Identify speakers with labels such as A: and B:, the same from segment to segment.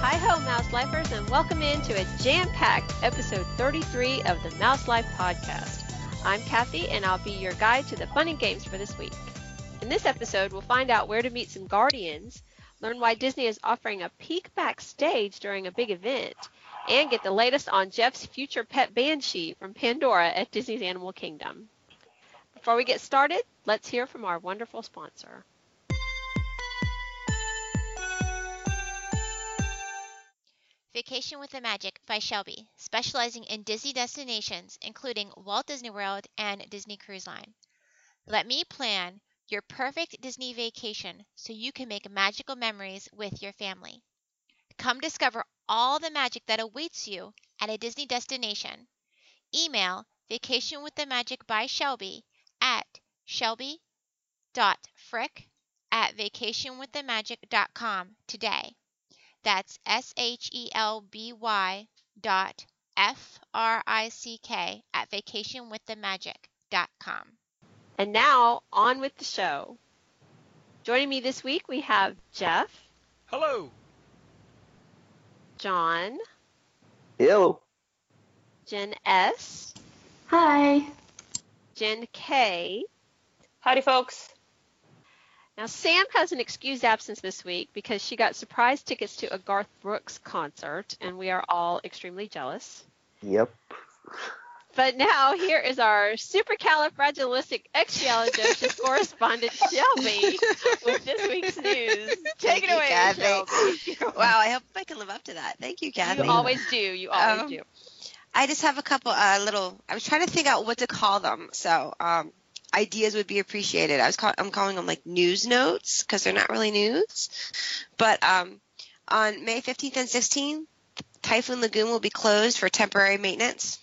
A: Hi ho, Mouse Lifers, and welcome into a jam packed episode 33 of the Mouse Life Podcast. I'm Kathy, and I'll be your guide to the fun and games for this week. In this episode, we'll find out where to meet some guardians, learn why Disney is offering a peek backstage during a big event, and get the latest on Jeff's future pet banshee from Pandora at Disney's Animal Kingdom. Before we get started, let's hear from our wonderful sponsor.
B: Vacation with the Magic by Shelby, specializing in Disney destinations, including Walt Disney World and Disney Cruise Line. Let me plan your perfect Disney vacation so you can make magical memories with your family. Come discover all the magic that awaits you at a Disney destination. Email Vacation with the Magic by Shelby at shelby.frick at vacationwiththemagic.com today. That's S H E L B Y dot F R I C K at vacationwiththemagic.com.
A: And now, on with the show. Joining me this week, we have Jeff,
C: Hello.
A: John,
D: Yo.
A: Jen S,
E: Hi.
A: Jen K.
F: Howdy, folks.
A: Now, Sam has an excused absence this week because she got surprise tickets to a Garth Brooks concert, and we are all extremely jealous.
D: Yep.
A: But now, here is our supercalifragilisticexpialidocious correspondent, Shelby, with this week's news. Take
G: Thank
A: it
G: you,
A: away,
G: Kathy.
A: Shelby.
G: Wow, I hope I can live up to that. Thank you, Kathy.
A: You always do. You always
G: Um,
A: do.
G: I just have a couple uh, little. I was trying to think out what to call them, so um, ideas would be appreciated. I was call, I'm calling them like news notes because they're not really news. But um, on May 15th and 16th, Typhoon Lagoon will be closed for temporary maintenance.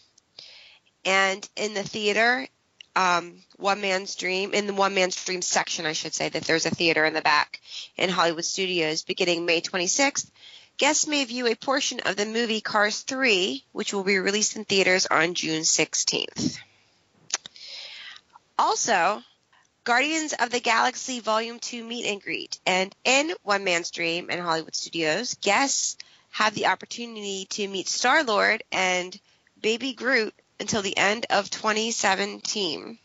G: And in the theater, um, One Man's Dream, in the One Man's Dream section, I should say that there's a theater in the back in Hollywood Studios beginning May 26th. Guests may view a portion of the movie Cars 3, which will be released in theaters on June 16th. Also, Guardians of the Galaxy Volume 2 meet and greet. And in One Man's Dream and Hollywood Studios, guests have the opportunity to meet Star Lord and Baby Groot until the end of 2017.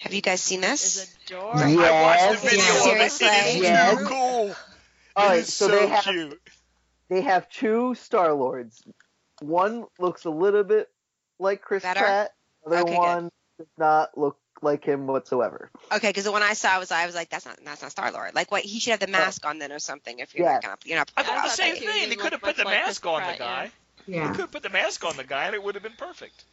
G: Have you guys seen this?
A: It's
D: Yes,
A: adorable.
C: I watched the video
D: yes.
C: of it. It is
D: Yes.
C: too cool.
D: All
C: it
D: right,
C: is
D: so,
C: so,
D: they have
C: cute.
D: they have two Star Lords. One looks a little bit like Chris
G: Better?
D: Pratt. Other
G: Okay, good.
D: one does not look like him whatsoever.
G: Okay, because the one I saw was I was like, that's not that's not Star Lord. Like, what he should have the
D: Oh.
G: mask on then or something. If you're
D: Yes.
G: not gonna, you're not.
C: I
A: I
C: thought the
A: thought
C: same
A: that
C: thing.
A: he
C: They could have
A: looked
C: put the
A: much like
C: mask
A: Chris
C: on the
A: Pratt, yeah.
C: guy. They
E: Yeah.
C: could have put the mask on the guy, and it would have been perfect.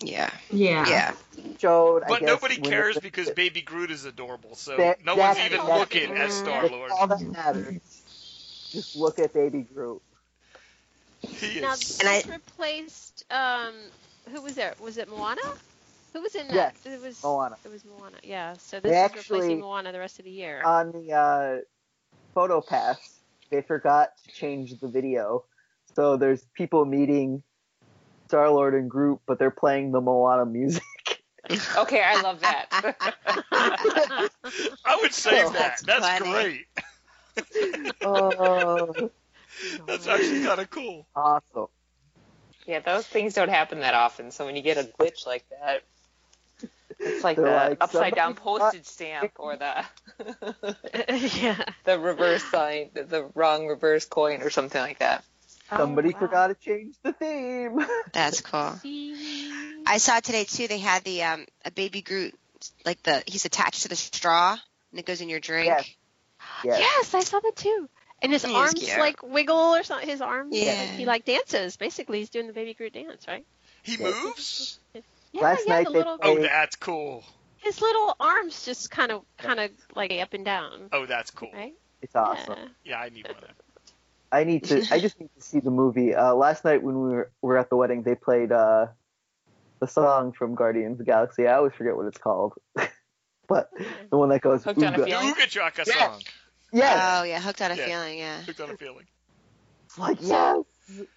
G: Yeah.
E: Yeah.
G: Yeah.
D: Showed, I
C: But
D: guess,
C: nobody
D: when they
C: cares
D: fixed
C: because
D: it.
C: Baby Groot is adorable, so
D: That-
C: no
D: that's
C: one's even
D: exactly-
C: looking at Star
D: That's
C: Lord.
D: All that matters. Just look at Baby Groot.
C: He
A: Now,
C: is.
G: And I-
A: this replaced, um, who was there? Was it Moana? Who was in that?
D: Yes,
A: It was
C: Oh.
D: Moana.
A: It was Moana, yeah. So
D: They
A: this is
D: actually-
A: replacing Moana the rest of the year.
D: On the uh, photo pass, they forgot to change the video, so there's people meeting Star Lord and Groot, but they're playing the Moana music.
F: Okay, I love that.
C: I would save
D: Oh,
C: that.
G: that's
C: That's
G: funny.
C: great.
D: oh,
C: That's
A: Oh,
C: actually kind of cool.
D: awesome.
F: yeah, those things don't happen that often. So when you get a glitch like that, it's like
D: They're
F: the
D: like,
F: upside down
D: "Somebody's not-
F: postage stamp or the
A: yeah.
F: the reverse sign, the, the wrong reverse coin or something like that.
D: Somebody
A: Oh, wow.
D: forgot to change the theme.
G: That's cool.
A: See?
G: I saw today too. They had the um a baby Groot, like the he's attached to the straw and it goes in your drink.
D: Yes.
A: Yes.
D: Yes.
A: I saw that too. And his
G: He is
A: arms
G: cute.
A: like wiggle or something. His arms,
G: Yeah.
A: like, he like dances. Basically, he's doing the baby Groot dance, right?
C: He
D: Yeah.
C: moves?
A: Yeah,
D: Last
A: yeah.
D: night
A: the
D: they
A: little,
C: Oh,
D: Hey.
C: that's cool.
A: his little arms just kind of, kind of like up and down,
C: Oh, that's cool.
A: right?
D: It's awesome.
A: Yeah.
C: Yeah, I need one. of them.
D: I need to. I just need to see the movie. Uh, last night when we were, were at the wedding, they played uh, the song from Guardians of the Galaxy. I always forget what it's called, but the one that goes.
F: Hooked on a
D: "Ooga."
C: The
F: Feeling?
C: Ooga Chaka
D: Yes.
C: song.
D: Yes.
G: Oh yeah, hooked on a
C: Yeah.
G: feeling. Yeah.
C: Hooked on a feeling.
D: It's like yes.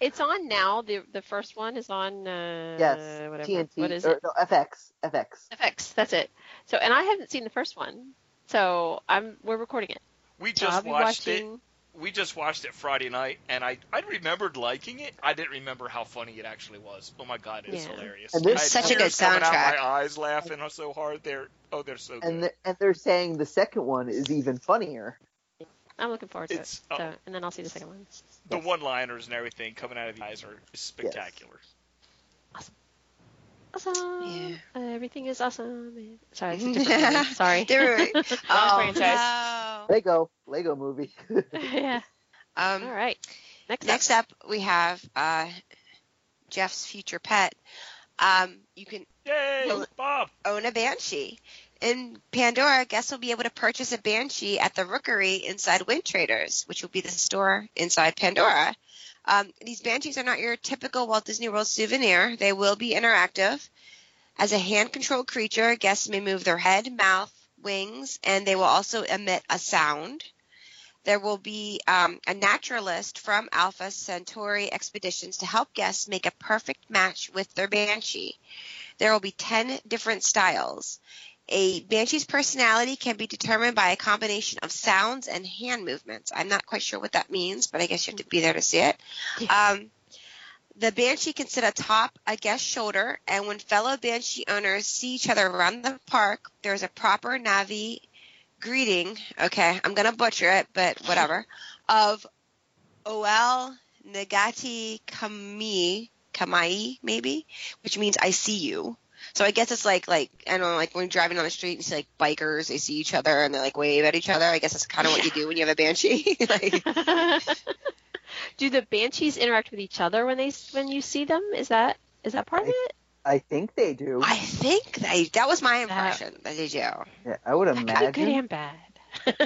A: It's on now. The the first one is on. Uh,
D: Yes.
A: Whatever.
D: TNT.
A: What is
D: or,
A: it?
D: No, FX. FX.
A: FX. That's it. So, and I haven't seen the first one. So I'm we're recording it.
C: We
A: So I'll
C: just
A: be
C: watched it.
A: watching.
C: we just watched it Friday night, and I I remembered liking it. I didn't remember how funny it actually was. Oh my god, it's
A: Yeah.
C: hilarious!
D: And there's
C: I had
G: such a good
C: tears coming Out
G: soundtrack.
C: my eyes laughing so hard. They're oh, they're so good.
D: and the, and they're saying the second one is even funnier.
A: I'm looking forward to it.
C: It's- oh.
A: So, and then I'll see the second one.
C: the one-liners and everything coming out of the eyes are spectacular.
A: Awesome. Uh,
G: Yeah.
A: Everything is awesome. Sorry. It's a different movie. Sorry.
G: They're-
F: Wrong franchise.
G: no.
D: Lego Lego movie.
A: yeah.
G: Oh, Um,
A: All right. Next.
G: Next up, we have uh, Jeff's future pet. Um, you can
C: Yay,
G: Well-
C: Bob!
G: own a banshee. In Pandora, guests will be able to purchase a banshee at the Rookery inside Wind Traders, which will be the store inside Pandora. Um, these banshees are not your typical Walt Disney World souvenir. They will be interactive. As a hand-controlled creature, guests may move their head, mouth, wings, and they will also emit a sound. There will be um, a naturalist from Alpha Centauri expeditions to help guests make a perfect match with their banshee. There will be 10 different styles. A banshee's personality can be determined by a combination of sounds and hand movements. I'm not quite sure what that means, but I guess you have to be there to see it. Um, the banshee can sit atop a guest's shoulder, and when fellow banshee owners see each other around the park, there's a proper Navi greeting. Okay, I'm going to butcher it, but whatever. Of Oel Nagati Kami, Kamai, maybe, which means I see you. So I guess it's like like I don't know, like when you're driving down the street and you see like bikers, they see each other and they like wave at each other. I guess that's kind of what you do when you have a banshee. like,
A: Do the banshees interact with each other when they when you see them? Is that is that part of it?
D: I think they do.
G: I think they, that was my impression that they do.
D: Yeah, I would
A: That could be good
D: imagine.
A: and bad.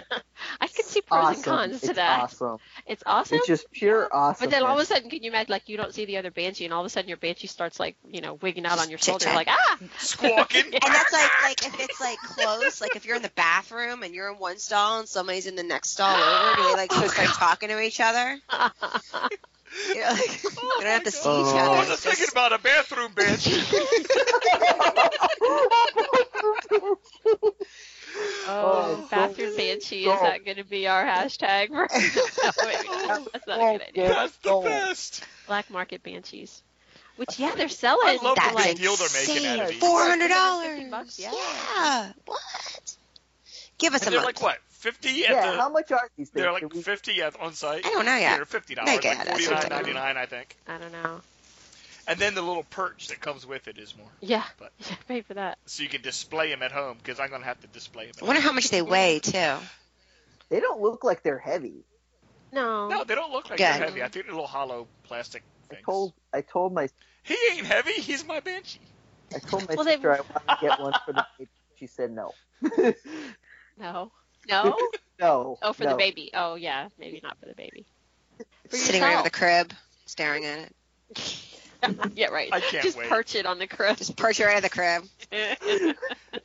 A: I could see pros
D: Awesome.
A: and cons to
D: it's
A: that.
D: awesome.
A: It's awesome.
D: It's just pure awesome.
A: But then all of a sudden, can you imagine, like, you don't see the other banshee, and all of a sudden your banshee starts, like, you know, wigging out on your shoulder,
G: Chit-chat.
A: like, ah!
C: Squawking.
G: And that's like like if it's like close, like if you're in the bathroom and you're in one stall and somebody's in the next stall over, do they like just start talking to each other? You know, like,
C: Oh
G: they don't have
C: my
G: to
C: God.
G: see each
D: Oh.
G: other.
C: I
G: It's
C: was just thinking about a bathroom bench.
A: Oh,
D: Oh,
A: bathroom banshee is
D: don't.
A: not going to be our hashtag. For... no, wait, no, that's not a good idea.
C: That's the
D: Oh.
C: best.
A: Black market banshees. Which, yeah, they're selling.
C: I love
A: for,
C: the
G: That's
C: big
A: like,
C: deal they're making out of
G: insane.
C: these.
G: Four hundred
A: $450 bucks,
G: dollars.
A: yeah.
G: Yeah. What? Give us
C: And
G: a
C: they're
G: month.
C: like what, fifty at
D: yeah,
C: the?
D: how much are these things?
C: they're like
D: Did we-
C: fifty at on site.
G: I don't know yet.
C: They're fifty
G: They
C: dollars,
G: get
C: like
G: it, that's
C: forty
G: what
C: nine
G: they're
C: ninety nine, I think.
A: I don't know.
C: And then the little perch that comes with it is more,
A: Yeah,
C: But-
A: yeah pay for that.
C: so you can display them at home because I'm gonna have to display them.
G: I wonder how much they weigh too.
D: They don't look like they're heavy.
A: No.
C: No, they don't look like
G: Yeah.
C: they're heavy. I think they're little hollow plastic
D: I
C: things.
D: told I told my
C: He ain't heavy. He's my banshee.
D: I told my
A: Well, they-
D: sister I wanted to get one for the baby. She said no.
A: No. No?
D: no.
A: Oh, for
D: no.
A: the baby. Oh, yeah. Maybe not for the baby. For
G: Sitting right
A: yourself.
G: over the crib, staring at it.
A: yeah, right.
C: I can't
A: Just
C: wait.
A: perch it on the crib.
G: Just perch it right at the crib.
C: I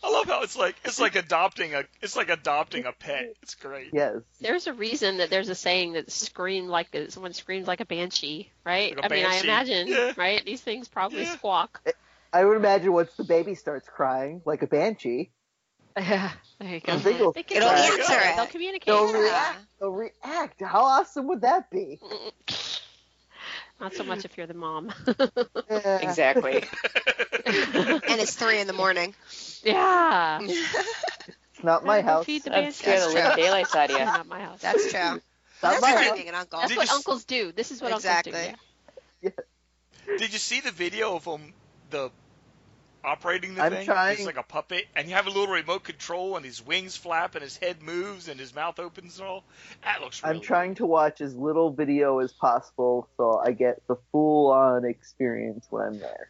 C: love how it's like it's like adopting a it's like adopting a pet. It's great.
D: Yes.
A: there's a reason that there's a saying that scream like a, someone screams like a banshee, right?
C: Like a
A: I mean, I
C: banshee.
A: imagine,
C: Yeah.
A: right? These things probably
C: Yeah.
A: squawk.
D: I would imagine once the baby starts crying, like a banshee,
A: there you go.
D: I think it'll-
A: They can
G: It'll
A: communicate.
G: answer it.
A: They'll communicate.
D: They'll
A: Yeah.
D: react. they'll react. How awesome would that be?
A: Not so much if you're the mom.
D: Yeah.
F: Exactly.
G: And it's three in the morning.
A: yeah.
D: It's not my
A: Go
D: house.
A: Feed the
F: I'd
A: banshee.
F: scare the
G: That's
F: living
G: true.
F: daylights out of you.
A: Not my house.
G: That's true.
D: Not
G: That's
D: my
G: like
D: house.
G: being an uncle.
A: That's
C: Did
A: what
C: you s-
A: uncles do. This is what
G: exactly.
A: uncles do. yeah.
C: Did you see the video of him the operating the
D: I'm
C: thing?
D: trying.
C: He's like a puppet, and you have a little remote control, and his wings flap, and his head moves, and his mouth opens, and all. That looks. Really
D: I'm trying to watch as little video as possible so I get the full on experience when I'm there.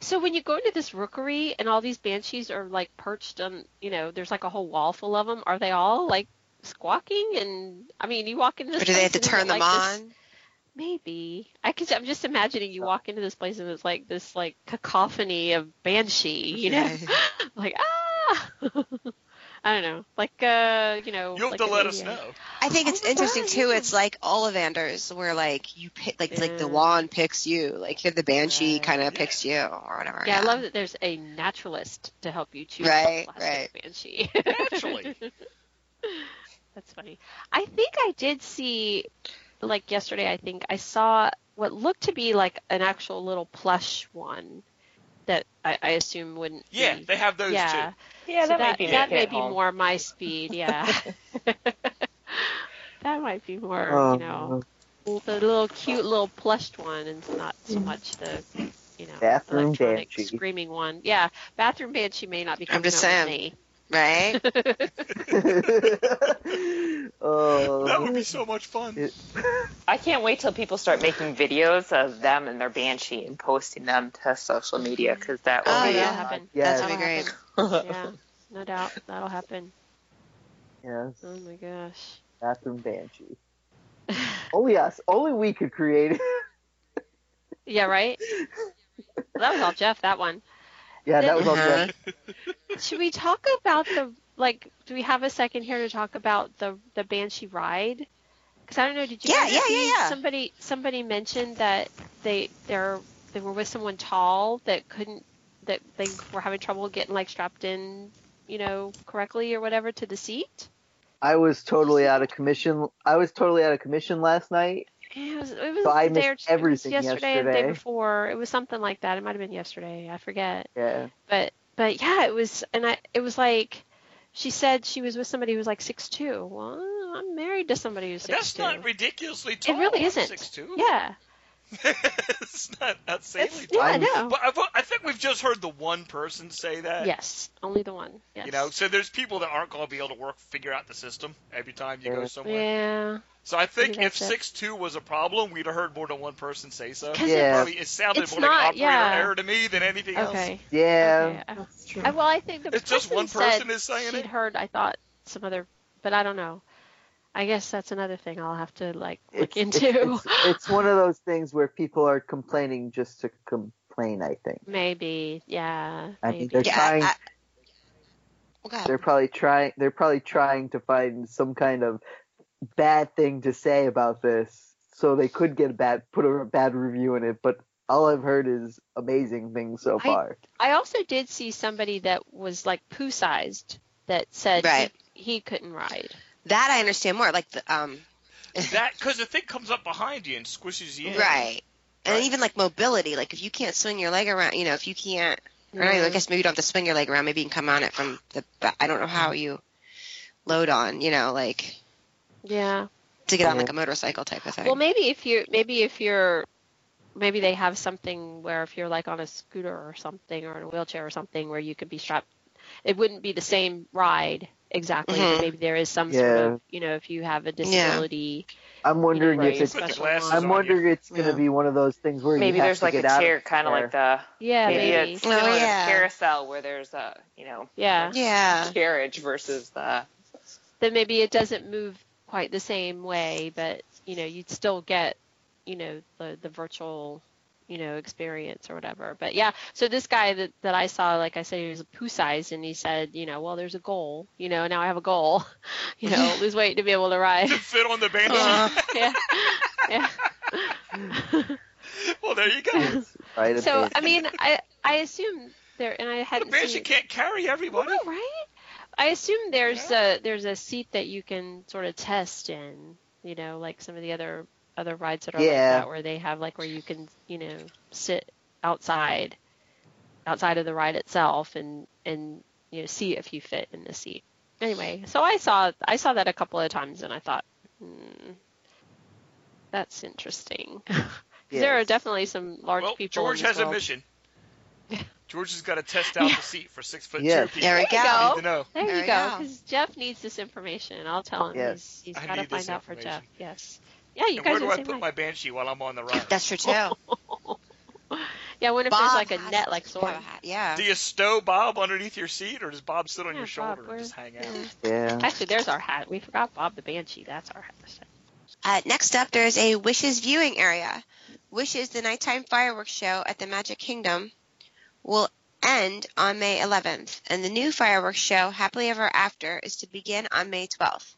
A: So when you go into this rookery and all these banshees are like perched on, you know, there's like a whole wall full of them. Are they all like squawking? And I mean, you walk into this.
G: Or do they have
A: place
G: to
A: and is
G: turn
A: it
G: them
A: like this-
G: on?
A: Maybe. I could. I'm just imagining you walk into this place and it's like this like cacophony of banshee. You know, like ah. I don't know. Like uh, you know.
C: Cool. You'll
A: like
C: have to
A: in
C: let
A: the,
C: us
A: uh,
C: know.
G: I think it's
A: Oh my
G: interesting
A: God,
G: too.
A: yeah.
G: It's like Ollivanders, where like you pick, like like
A: Yeah.
G: the wand picks you, like you're the banshee
A: Right.
G: kind of picks you or whatever.
A: Yeah, I love that there's a naturalist to help you choose
G: Right,
A: the plastic
G: right.
A: banshee.
C: Naturally.
A: That's funny. I think I did see, like yesterday, I think I saw what looked to be like an actual little plush one that I, I assume wouldn't
C: Yeah,
A: be.
C: they have those
A: yeah.
C: too.
F: Yeah,
A: So
F: that, might be
A: that
F: making
A: may
F: it
A: be
F: home.
A: more my speed. Yeah. that might be more, you
D: Um,
A: know, the little cute little plushed one, and not so much the. You know,
D: Bathroom
A: electronic
D: banshee.
A: screaming one. Yeah, bathroom banshee may not be coming
G: just
A: out with
G: saying.
A: me.
G: right?
D: oh,
C: That would be so much fun.
D: it-
F: I can't wait till people start making videos of them and their banshee and posting them to social media because that will
G: Oh,
A: that'll
F: be.
G: yeah.
A: happen.
D: Yes.
G: That'll be
A: That'll
G: great.
A: happen. yeah, no doubt that'll happen.
D: yes,
A: Oh my gosh.
D: bathroom banshee. Only us, only we could create it.
A: Yeah, right? that was all Jeff, that one.
D: Yeah, that was all.
G: Uh-huh.
D: Jeff.
A: Should we talk about the like do we have a second here to talk about the the Banshee ride? Cuz I don't know, did you
G: Yeah,
A: guys
G: yeah,
A: see
G: yeah, yeah.
A: somebody somebody mentioned that they they're they were with someone tall that couldn't that they were having trouble getting like strapped in, you know, correctly or whatever to the seat?
D: I was totally out of commission. I was totally out of commission last night.
A: It was, it was
D: So I
A: the day
D: missed
A: or- it was
D: everything
A: yesterday and the day
D: yesterday.
A: before. It was something like that. It might have been yesterday. I forget.
D: Yeah,
A: but but yeah, it was, and I it was like she said she was with somebody who was like six two. Well, I'm married to somebody who's six
C: That's
A: two.
C: not ridiculously tall.
A: really isn't.
C: Six two.
A: yeah,
C: it's not
A: it's,
C: insanely
A: yeah,
C: tall.
A: I
D: I'm-
A: know.
C: But I've, I think we've just heard the one person say that.
A: Yes, only the one. Yes.
C: You know, so there's people that aren't going to be able to work, figure out the system every time you go
D: Yeah.
C: somewhere.
A: yeah,
C: So I think
A: Maybe
C: if
A: that's it.
C: six two was a problem, we'd have heard more than one person say so.
A: 'Cause
D: Yeah.
C: It
A: it's-
C: Probably, it sounded
A: it's
C: more
A: not-
C: like operator
A: yeah.
C: error to me than anything else.
A: okay.
D: yeah.
A: okay. I- I, well, I think the
C: It's just
A: person
C: one
A: said
C: person is saying
A: she'd
C: it?
A: heard. I thought some other, but I don't know. I guess that's another thing I'll have to like look into.
D: It's, it's- it's one of those things where people are complaining just to complain. I think.
A: maybe, yeah.
D: I
A: Maybe.
D: think they're
G: Yeah,
D: trying.
G: I, I, well, go ahead.
D: They're probably trying. They're probably trying to find some kind of bad thing to say about this, so they could get a bad put a bad review in it. But all I've heard is amazing things so
A: I-
D: far.
A: I also did see somebody that was like poo sized that said
G: Right.
A: he, he couldn't ride.
G: That I understand more. Like the um,
C: That because the thing comes up behind you and squishes you in.
G: right. And
C: Right.
G: even like mobility, like if you can't swing your leg around, you know, if you can't, or no,
A: Mm.
G: I guess maybe you don't have to swing your leg around. Maybe you can come on it from the. ba- I don't know how you load on, you know, like
A: Yeah.
G: to get on like a motorcycle type of thing.
A: Well, maybe if you maybe if you're maybe they have something where if you're like on a scooter or something or in a wheelchair or something where you could be strapped. It wouldn't be the same ride exactly.
G: Mhm.
A: But maybe there is some sort
D: Yeah.
A: of you know if you have a disability.
D: I'm wondering if
F: Right.
C: Put
D: it's.
C: the
A: Special
C: glasses
A: one.
D: I'm
C: on
D: wondering if it's
G: Yeah.
D: going to be one of those things where
F: Maybe
D: you have
F: there's
D: to
F: like a
D: get out
F: chair, kind of
D: there.
F: like the
A: Yeah,
F: maybe
A: maybe.
F: it's similar
G: Oh,
F: to
G: yeah.
F: carousel where there's a you know
A: yeah.
G: yeah.
F: carriage versus the
A: then maybe it doesn't move quite the same way, but you know, you'd still get, you know, the the virtual, you know, experience or whatever. But yeah, so this guy that, that I saw, like I said, he was poo sized and he said, you know, well there's a goal, you know, now I have a goal. You know, lose weight to be able to ride.
C: To fit on the bandage.
G: Uh,
A: yeah. Yeah.
C: well, there you go.
D: Right. a
A: So
D: bit.
A: I mean I I assume there and I
C: The
A: hadn't
C: bandage
A: seen
C: can't carry everybody.
A: Well, Oh, right? I assume there's a there's a seat that you can sort of test in, you know, like some of the other other rides that are like
D: Yeah.
A: that where they have like where you can, you know, sit outside outside of the ride itself and and you know see if you fit in the seat. Anyway, so I saw I saw that a couple of times and I thought, hmm, that's interesting. 'Cause There are
D: Yes.
A: definitely some large
C: well,
A: people.
C: George
A: in this
C: has a
A: world.
C: mission. George has got to test out
A: Yeah.
C: the seat for six foot
D: Yes.
C: two people.
G: There we
A: There you
G: go.
C: I need to know.
A: There,
G: There
A: you
G: we
A: go.
G: go.
A: Because Jeff needs this information. I'll tell him.
D: Yes.
A: He's,
C: I
A: he's got to
C: need this
A: find out for Jeff.
C: information.
A: Yes. Yeah, you guys
C: And where
A: are
C: do
A: the
C: I
A: same
C: put
A: way.
C: my banshee while I'm on the ride?
G: That's true too.
A: Yeah, I wonder if
G: Bob
A: there's like a
G: has
A: net like
G: to
A: sword.
G: have a hat, Yeah.
C: Do you stow Bob underneath your seat, or does Bob sit on
A: Yeah,
C: your
A: Bob,
C: shoulder
A: where-
C: and just hang out?
D: Yeah.
A: Actually, there's our hat. We forgot Bob the Banshee. That's our hat.
G: Uh, next up, there's a Wishes viewing area. Wishes, the nighttime fireworks show at the Magic Kingdom, will end on May 11th, and the new fireworks show, Happily Ever After, is to begin on May 12th.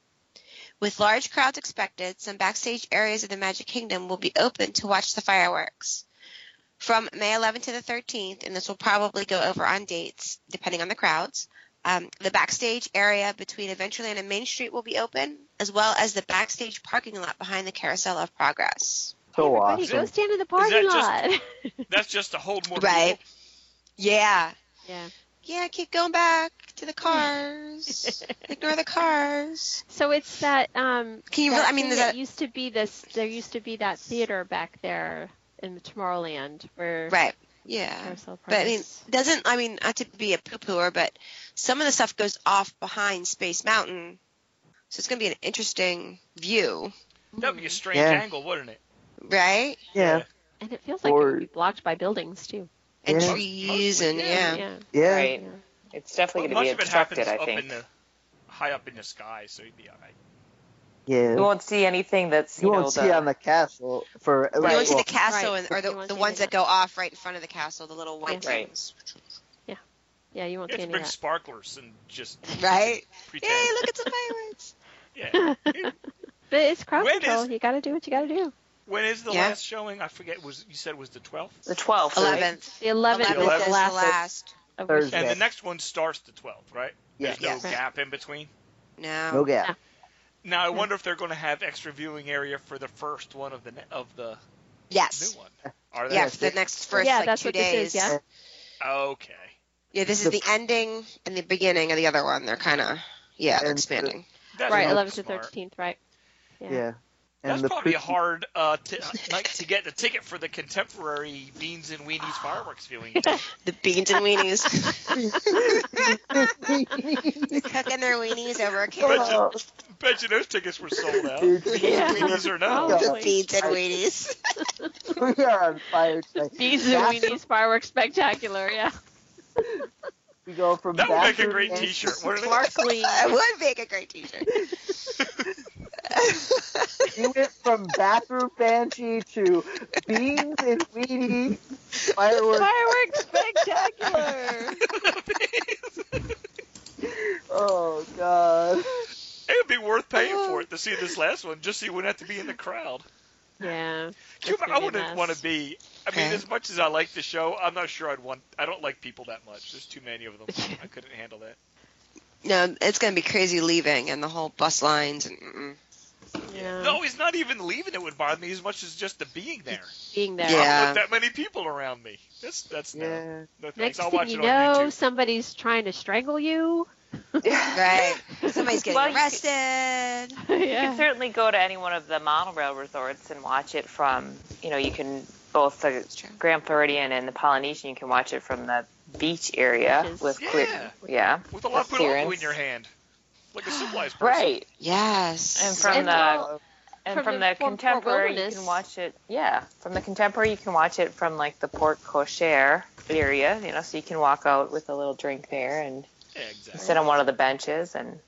G: With large crowds expected, some backstage areas of the Magic Kingdom will be open to watch the fireworks. From May 11th to the 13th, and this will probably go over on dates depending on the crowds, Um, the backstage area between Adventureland and Main Street will be open, as well as the backstage parking lot behind the Carousel of Progress.
D: So
A: Everybody
D: awesome.
A: go stand in the parking
C: that
A: lot.
C: That's just to hold more
G: Right.
C: people.
G: Yeah.
A: yeah.
G: Yeah, keep going back to the cars. Ignore the cars.
A: So it's that. Um,
G: Can you?
A: that
G: Really, I mean,
A: thing
G: is
A: that
G: that,
A: used to be this. There used to be that theater back there in Tomorrowland where
G: right? Yeah.
A: Carousel Park.
G: But I mean,
A: is.
G: doesn't I mean not to be a poo-pooer, but some of the stuff goes off behind Space Mountain, so it's gonna be an interesting view,
C: That'd be a strange
D: Yeah.
C: angle, wouldn't it?
G: right?
D: Yeah,
A: and it feels like it
D: or-
A: would be blocked by buildings too.
G: And
D: Yeah.
G: trees and
C: Yeah.
G: yeah.
A: Yeah.
D: yeah.
F: Right. It's definitely
C: Well, much
F: going to
C: of
F: be
C: it happens
F: obstructed, I
C: up in
F: think.
C: the high up in the sky, so you'd be all right.
D: Yeah.
F: You won't see anything that's,
D: you
F: you, know,
D: won't see on the castle for at
F: You
G: You
F: Right.
G: won't see
D: least-
G: the castle
A: Right.
G: and, or
A: You
G: the,
A: won't
G: the
A: see
G: ones
A: any of
G: that go off right in front of the castle, the little white
F: Right.
G: things.
A: Yeah, you won't
C: You
A: see
C: have to
A: any
C: bring
A: of
C: sparklers and just
G: Right? Yay,
C: pretend.
G: look at some fireworks.
C: Yeah.
A: that. but it's crowd
C: When
A: control.
C: is-
A: You got to do what you got to do.
C: When is the
G: Yeah.
C: last showing? I forget. Was you said it was the 12th?
F: the 12th. right?
G: 11th.
A: The 11th,
C: The
A: is
C: eleventh
A: the
G: is
A: last.
G: the
A: of
G: last.
A: which-
D: Thursday.
C: And
D: Yeah.
C: the next one starts the 12th, right?
D: Yeah.
C: There's no
G: Yeah.
C: gap in between.
G: No.
D: no gap.
C: Now I wonder if they're going to have extra viewing area for the first one of the ne- of the
G: Yes.
C: new one. Are they?
G: Yeah, for the next first
A: Yeah,
G: like
A: that's
G: two
A: what
G: days.
A: this is, yeah.
C: Okay.
G: Yeah, this is the ending and the beginning of the other one. They're kind of yeah, they're
D: And the-
G: expanding.
C: That's
A: right,
C: really
A: 11th to
C: smart.
A: 13th, right?
D: Yeah.
C: That's
D: the
C: probably a
D: pre-
C: hard uh, t- night to get the ticket for the contemporary Beans and Weenies fireworks viewing. too.
G: The beans and weenies. They're cooking their weenies over a candle.
C: bet, you, bet you those tickets were sold out.
D: Dude,
A: Yeah.
C: Weenies or no?
A: Oh.
G: The beans and weenies.
D: we are on fire tonight.
A: These are
D: That's-
A: Weenie's fireworks spectacular, yeah.
D: We go from
C: That would make a
D: bathroom
C: great
D: dance-
C: T-shirt. wouldn't it?
A: Sparkly.
G: I would make a great T-shirt.
D: We went from bathroom banshee to beans and weenies fireworks.
A: Fireworks spectacular.
D: Oh god.
C: It would be worth paying for it to see this last one, just so you wouldn't have to be in the crowd.
A: Yeah.
C: Cuba,
A: it's gonna
C: I
A: be a
C: wouldn't
A: mess.
C: want to be. I mean,
G: Okay.
C: as much as I like the show, I'm not sure I'd want. I don't like people that much. There's too many of them. I couldn't handle that.
G: no, it's gonna be crazy leaving and the whole bus lines and mm-mm.
A: Yeah.
C: No, he's not even leaving. It would bother me as much as just the being there.
A: Being there.
G: Yeah.
C: With that many people around me, that's that's no-
D: Yeah.
C: no, thanks.
A: Next
C: I'll
A: thing
C: watch
A: you
C: it on
A: know,
C: YouTube.
A: somebody's trying to strangle you.
G: right. Somebody's getting
F: Well, you could-
G: arrested.
F: You can
A: yeah.
F: certainly go to any one of the monorail resorts and watch it from, you know, you can both the
G: true.
F: Grand Floridian and the Polynesian, you can watch it from the beach area
A: Beaches.
F: with
C: Yeah.
F: clear, yeah,
C: With a lot of
F: appearance.
C: in your hand, like a civilized person.
F: right,
G: Yes.
F: and from
A: And
F: the
A: well,
F: and
A: from
F: from,
A: the
F: the,
A: Fort- Fort
F: contemporary you
A: Wilderness.
F: can watch it, yeah, from the contemporary you can watch it from like the Port Cochere area, you know, so you can walk out with a little drink there and
C: Yeah, exactly.
F: sit on one of the benches and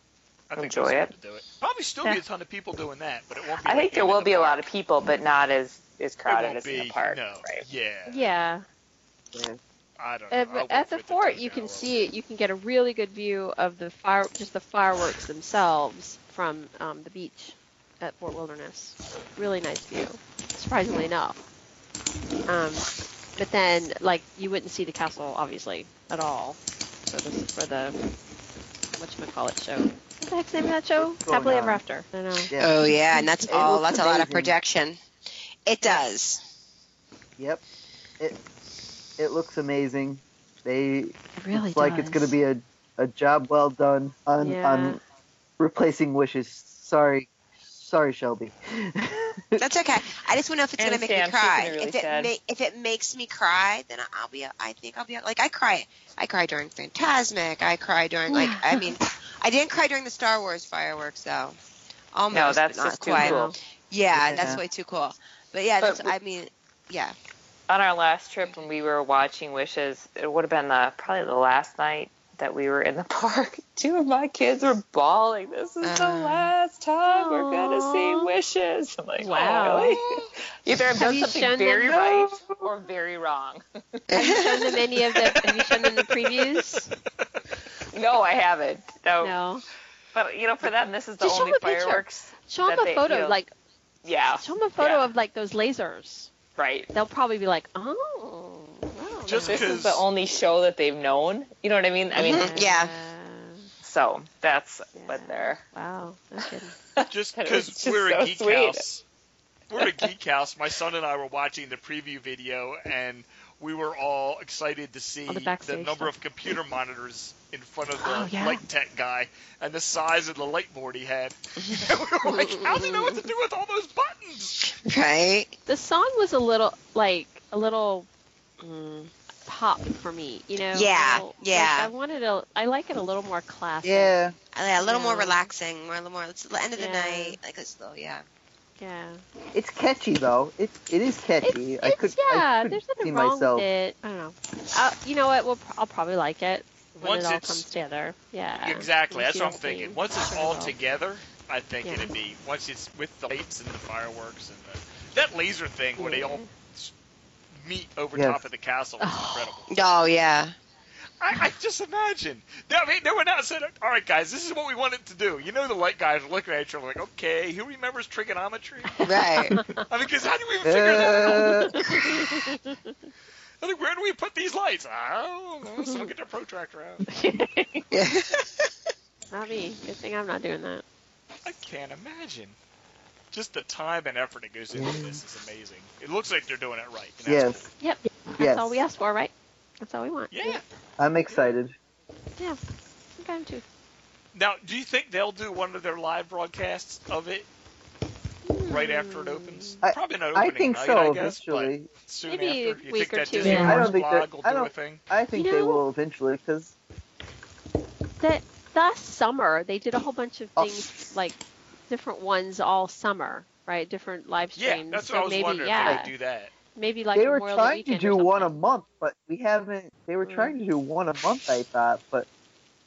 C: I think
F: enjoy
C: that's
F: it.
C: good To do it. Probably still be
A: Yeah.
C: a ton of people doing that, but it won't be.
F: I
C: like
F: think there
C: being in
F: will
C: the
F: be a lot
C: park.
F: of people, but not as as
C: it
F: crowded
C: won't
F: as
C: be,
F: in the park,
C: No.
F: right?
C: Yeah.
A: yeah.
C: I don't know.
A: Uh,
C: I
A: but
C: won't
A: at the
C: fit
A: fort,
C: down
A: you can
C: now.
A: see it. You can get a really good view of the fire, just the fireworks themselves from um, the beach at Fort Wilderness. Really nice view, surprisingly enough. Um, but then, like, you wouldn't see the castle obviously at all for the for the what call it show. What the heck's the name of that show?
D: What's going
A: Happily Ever
D: on?
A: After. I know.
D: Yeah.
G: Oh yeah, and that's
D: It
G: all.
D: looks
G: That's a lot of
D: amazing.
G: projection. It does.
D: Yep. It it looks amazing. They
A: It really
D: it's like it's gonna be a, a job well done on
A: Yeah.
D: on replacing wishes. Sorry, sorry, Shelby.
G: That's okay. I just want to know if it's
F: I
G: going to make me
F: understand. She's
G: cry.
F: gonna really
G: if it
F: sad.
G: ma- if it makes me cry, then I'll be. I think I'll be like I cry. I cry during Fantasmic. I cry during like I mean, I didn't cry during the Star Wars fireworks though. Almost,
F: No, that's
G: but not
F: just too
G: quite.
F: cool.
G: Yeah,
D: Yeah.
G: that's way too cool. But yeah,
F: But
G: that's, I mean, yeah,
F: on our last trip when we were watching Wishes, it would have been the probably the last night that we were in the park. Two of my kids were bawling. This is the
G: Uh.
F: last time we're gonna
A: Uh-huh. Aw.
F: see Wishes. I'm like,
A: Wow.
F: wow. really? Either I've
A: Have
F: done
A: you shown
F: something
A: them
F: very
A: the-
F: right or very wrong.
A: Have you shown them any of the? Have you shown them the previews?
F: No, I haven't. No.
A: No.
F: But you know, for them, this is the
A: Just show
F: only
A: them a picture.
F: fireworks.
A: Show them
F: That
A: a
F: they-
A: photo,
F: you know-
A: like
F: Yeah,
A: Show them a photo
F: Yeah.
A: of like those lasers.
F: right.
A: They'll probably be like, oh, wow.
C: Just
F: This
C: 'cause- Mm-hmm.
F: is the only show that they've known. You know what I mean? I mean,
G: Mhm. Yeah.
F: So that's what they're.
A: Wow. No kidding.
C: Just
F: It was
C: because
F: just
C: we're
F: so
C: a geek
F: sweet.
C: house. We're a geek house. My son and I were watching the preview video, and we were all excited to see
A: All the
C: the,
A: backstage
C: number of computer monitors in front of the
A: Oh, yeah.
C: light tech guy and the size of the light board he had. and we were like, how does he know what to do with all those buttons?
G: Right?
A: The song was a little like a little
G: Mm.
A: pop for me. You know.
G: Yeah,
A: a little- like,
G: yeah.
A: I wanted a. I like it a little more classic.
D: Yeah.
G: Yeah, a little more
A: Yeah.
G: relaxing, more a little more. It's the end of the
A: Yeah.
G: night, like it's still yeah.
A: Yeah.
D: It's catchy though. It it is catchy. I
A: It's-
D: could
A: yeah,
D: I could
A: there's
D: see
A: nothing wrong
D: myself.
A: with it. I don't know. i you know what? We'll, pr- I'll probably like it when
C: Once
A: it all
C: it's-
A: comes together. Yeah.
C: Exactly.
A: Once
C: That's
A: you
C: what I'm
A: don't see-
C: thinking. Once it's
A: turn it
C: all
A: off.
C: together, I think
A: Yeah.
C: it'd be once it's with the lights and the fireworks and the, that laser thing where they all s- meet over
D: Yes.
C: top of the castle is
A: Oh.
C: incredible.
G: Oh yeah.
C: I, I just imagine. No, I mean, no one else said, all right, guys, this is what we wanted to do. You know, the light guys are looking at each other like, okay, who remembers trigonometry?
G: Right.
C: I mean, because how do we even figure that out?
D: Uh,
C: I think, where do we put these lights? I don't know. Someone get their protractor out.
G: yeah.
A: Not me. Good thing I'm not doing that.
C: I can't imagine. Just the time and effort that goes into this is amazing. It looks like they're doing it right. and that's
D: yes.
A: Yep. That's
D: Yes.
A: all we asked for, right? That's all we want.
C: cool. Yeah.
D: I'm excited.
A: Yeah. I think I'm too.
C: Now, do you think they'll do one of their live broadcasts of it right after it opens?
D: I-
C: Probably not
D: I
C: opening
D: think
C: night,
D: so
C: I guess, but-
D: eventually.
C: soon
A: Maybe
C: after?
A: a
C: You
A: week
C: think
A: or
C: that
A: two
C: Disney
A: in.
D: I
C: Plus
D: don't think
C: blog
D: that-
C: will
D: I
C: do a
D: don't-
C: thing?
D: I think
A: You
D: they
A: know-
D: will eventually because
A: That last summer they did a whole bunch of
D: Oh.
A: things like different ones all summer, right? Different live
C: Yeah,
A: streams.
C: that's
A: so
C: what I was
A: maybe,
C: wondering
A: yeah,
C: if they would do that.
A: maybe like
D: they
A: a
D: were
A: Memorial Day
D: trying to
A: weekend or
D: do one a
A: something.
D: month, but we haven't. They were
A: Mm.
D: trying to do one a month, I thought, but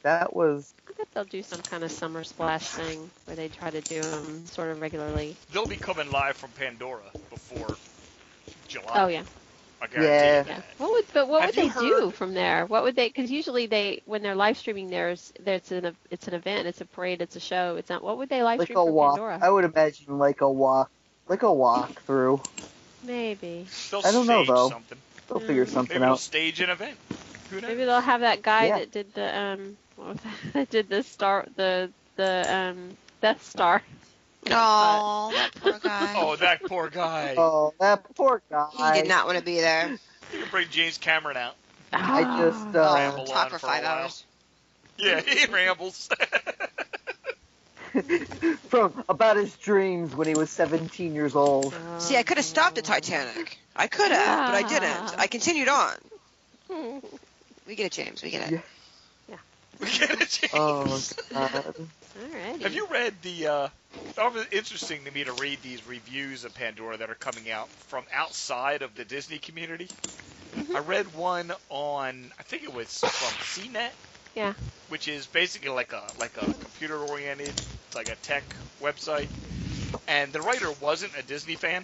D: that was
A: I bet they'll do some kind of summer splash thing where they try to do them sort of regularly.
C: They'll be coming live from Pandora before July.
A: Oh yeah,
C: I guarantee
D: Yeah.
C: you
A: yeah.
C: that.
A: What would but what
C: Have
A: would
C: you
A: they do
C: heard-
A: from there? What would they? Because usually they when they're live streaming, there's there's an it's an event, it's a parade, it's a show. It's not what would they live
D: like
A: stream
D: a
A: from
D: walk.
A: Pandora?
D: I would imagine like a walk, like a walk through.
A: Maybe
C: They'll
D: I don't know,
C: stage
D: though.
C: something.
D: They'll
A: Mm.
D: figure
C: Maybe
D: something
C: they'll
D: out.
C: stage an event. Who knows?
A: maybe they'll have that guy
D: Yeah.
A: that did the um what was that, that did the star the the um Death Star.
G: Oh, that poor guy.
C: Oh, that poor guy.
D: Oh, that poor
G: he
D: guy.
G: did not want to be there.
C: You can bring James Cameron out.
D: I just
G: Oh,
D: uh,
C: Ramble on
G: talk for
C: for a
G: five
C: while.
G: hours.
C: Yeah, he rambles.
D: from about his dreams when he was 17 years old.
A: Oh.
G: See, I could have stopped at Titanic. I could have, but I didn't. I continued on. We get it, James. We get it.
D: Yeah.
C: We get a James.
D: Oh God.
A: Alrighty.
C: Have you read the? Uh, that was interesting to me to read these reviews of Pandora that are coming out from outside of the Disney community. I read one on, I think it was from CNET.
A: Yeah.
C: Which is basically like a like a computer oriented, like a tech website, and the writer wasn't a Disney fan.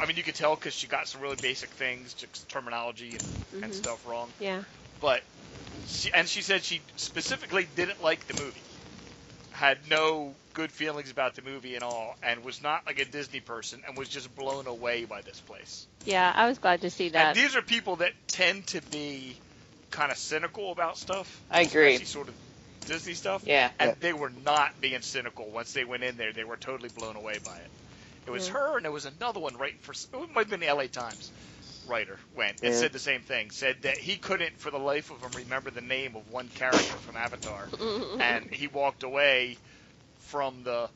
C: I mean, you could tell because she got some really basic things, just terminology and, and
A: Mhm.
C: stuff wrong
A: Yeah.
C: but she, and she said she specifically didn't like the movie had no good feelings about the movie at all and was not like a disney person and was just blown away by this place
A: Yeah, I was glad to see
C: and
A: that.
C: these are people that tend to be kind of cynical about stuff
F: I agree.
C: especially sort of disney stuff
F: Yeah.
C: and
D: Yeah.
C: they were not being cynical once they went in there they were totally blown away by it it was
A: Yeah.
C: her and there was another one writing for it might have been the la times writer went and
D: Yeah.
C: said the same thing said that he couldn't for the life of him remember the name of one character from avatar and he walked away from the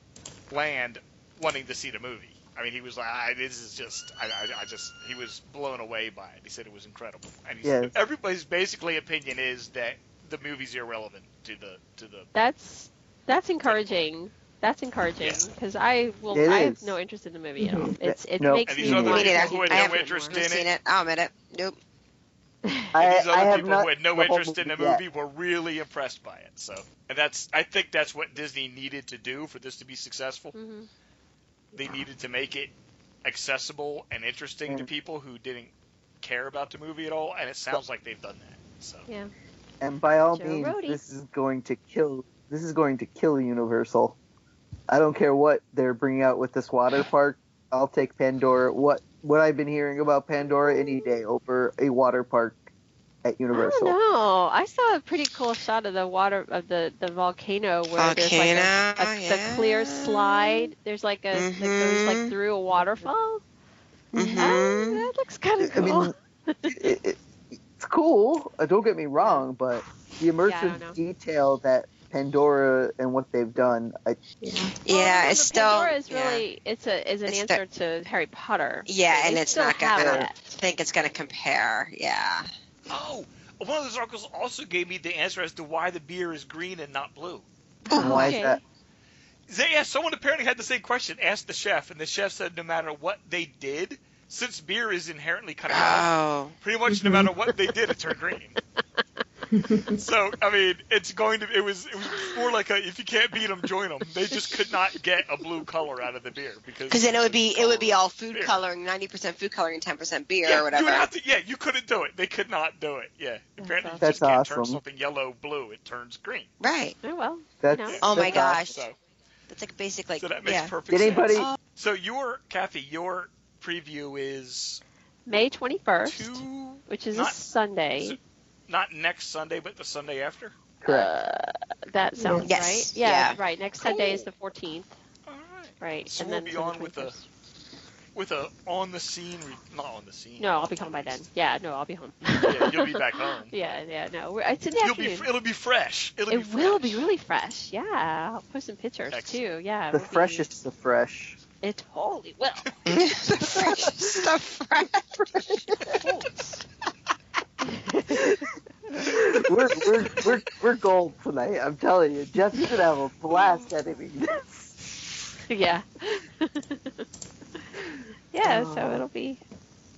C: land wanting to see the movie i mean he was like I, this is just I, I, I just he was blown away by it he said it was incredible and he
D: Yes.
C: said, everybody's basically opinion is that the movie's irrelevant to the to the
A: That's that's encouraging. That's encouraging because I will.
D: It
A: I
D: is. Mm-hmm.
A: have no interest in the movie at all. It's it
D: Nope.
A: makes
C: And these
A: me
C: are the
A: want
C: people
A: to
G: who had
A: see
G: no
A: it more.
C: interest
G: I've
C: in it.
G: seen it. I'll admit it. Nope.
D: I,
C: these other
D: I have
C: people
D: not
C: who had no
D: seen the whole
C: interest in the
D: yet.
C: movie were really impressed by it. So, and that's I think that's what Disney needed to do for this to be successful.
A: Mhm.
C: They needed to make it accessible and interesting to
D: Mm.
C: people who didn't care about the movie at all, and it sounds like they've done that. So,
A: Yeah.
D: And by all
A: Joe
D: means,
A: Rohde.
D: this is going to kill. This is going to kill Universal. I don't care what they're bringing out with this water park. I'll take Pandora. What what I've been hearing about Pandora any day over a water park at
A: I
D: Universal.
A: don't know. I saw a pretty cool shot of the water of the, the volcano where there's like a,
G: Volcano,
A: a the clear
G: Oh, yeah.
A: slide. There's like a that goes like
G: Mhm.
A: through a waterfall.
G: Mhm.
A: Oh, that looks kind of
D: I
A: cool.
D: mean, it, it, it's cool. Uh, don't get me wrong, but the immersive
A: know.
D: detail that Pandora and what they've done, I,
A: Well,
G: Yeah,
A: remember,
G: it's still.
A: Pandora is
G: yeah.
A: really it's a is an
G: It's the-
A: answer to Harry Potter.
G: Yeah,
A: So
G: and
A: they
G: it's
A: still
G: not
A: have
G: gonna-
A: that.
G: think it's going to compare. Yeah.
C: Oh, one of those articles also gave me the answer as to why the beer is green and not blue.
D: and why
A: Okay.
D: is that?
C: They asked, someone apparently had the same question. Asked the chef, and the chef said no matter what they did, since beer is inherently kind of
G: Oh.
C: pretty much no matter what they did, it turned green. so I mean, it's going to. It was it was more like a if you can't beat them, join them. They just could not get a blue color out of the beer because
G: Because then it would be it would be all food
C: Beer.
G: coloring, ninety percent food coloring, and ten percent beer
C: yeah,
G: or
C: You would
G: whatever. Oh,
C: have to, yeah, you couldn't do it. They could not do it. Yeah, apparently you
D: That's
C: just can't turn
D: awesome.
C: something yellow blue. It turns green.
G: Right.
A: Oh well.
D: That's,
A: No.
G: Oh my
D: that's
G: gosh.
C: So
G: That's like basic like
C: so that makes
G: yeah.
C: perfect
D: Did anybody?
C: sense.
G: Oh.
C: So your Kathy, your preview is
A: May twenty first,
C: two,
A: which is a
C: not-
A: Sunday. Uh,
C: so- not next Sunday, but the Sunday after.
D: Correct.
A: That sounds
G: Yes,
A: right. Yeah,
G: yeah.
A: right. Next Sunday is
C: Cool.
A: the fourteenth.
C: All right.
A: Right.
C: So
A: and
C: we'll
A: then
C: be
A: to the
C: on with the-
A: 21st.
C: with a on the scene, re- not on the scene.
A: No, I'll be home by then. Yeah, no, I'll be home.
C: Yeah, you'll be back home.
A: yeah, yeah, no. We're, it's in the
C: You'll be,
A: afternoon.
C: it'll be fresh. It'll
A: it
C: be
A: will
C: fresh.
A: be really fresh. Yeah, I'll post some pictures
C: Excellent.
A: too. Yeah, it
D: The
A: will be-
D: freshest of fresh.
A: It totally will.
G: the fresh stuff fresh.
D: we're, we're, we're, we're gold tonight. I'm telling you, Jeff's gonna have a blast editing this.
A: yeah. yeah, so
D: Oh.
A: it'll be.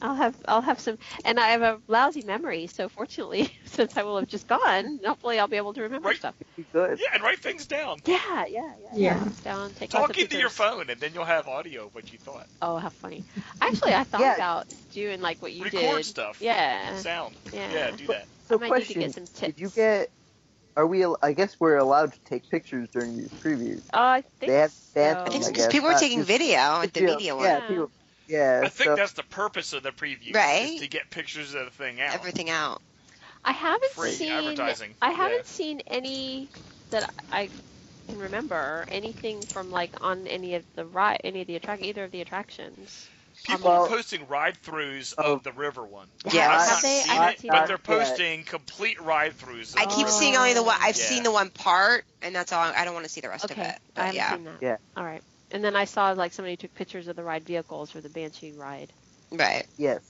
A: I'll have I'll have some, and I have a lousy memory. So fortunately, since I will have just gone, hopefully I'll be able to remember
C: Right.
A: stuff.
D: It'd be good.
C: Yeah, and write things down.
A: Yeah, yeah, yeah.
E: Yeah.
A: Down, take lots of
C: Talk into your
A: pictures.
C: phone, and then you'll have audio of what you thought.
A: Oh, how funny! Actually, I thought
D: Yeah.
A: about doing like what you
C: Record
A: did.
C: stuff.
A: Yeah.
C: Sound.
A: Yeah.
C: do that.
D: So
A: I might
D: question:
A: need to get some tips.
D: Did you get? Are we? al- I guess we're allowed to take pictures during these previews.
A: Oh, I think
D: They have. They have
A: so.
D: to,
G: I
A: Oh,
G: think so,
A: I
G: because people were
D: not
G: taking
D: just-
G: video
A: Oh,
G: at the
D: yeah,
G: media one.
D: Yeah.
A: one.
D: People, yeah.
C: I think
D: so,
C: that's the purpose of the preview,
G: Right?
C: Is to get pictures of the thing out.
G: Everything out.
A: I haven't
C: Free
A: seen.
C: advertising.
A: I
C: Yeah.
A: haven't seen any that I can remember anything from like on any of the ride, any of the attract, either of the attractions.
C: People
D: Well-
C: are posting ride-throughs
D: Oh.
C: of the river one.
G: Yeah,
A: Have
D: I've
A: have they?
C: seen
A: I haven't
C: it,
A: seen
C: but
A: it.
C: they're posting complete ride-throughs.
G: I
C: of
G: keep
C: the
G: seeing only the one. I've
C: Yeah.
G: seen the one part, and that's all. I don't want to see the rest
A: Okay,
G: of it.
A: I
G: But
A: haven't
G: yeah,
A: seen that.
D: Yeah.
A: All right. And then I saw like somebody took pictures of the ride vehicles for the Banshee ride,
G: right.
D: yes.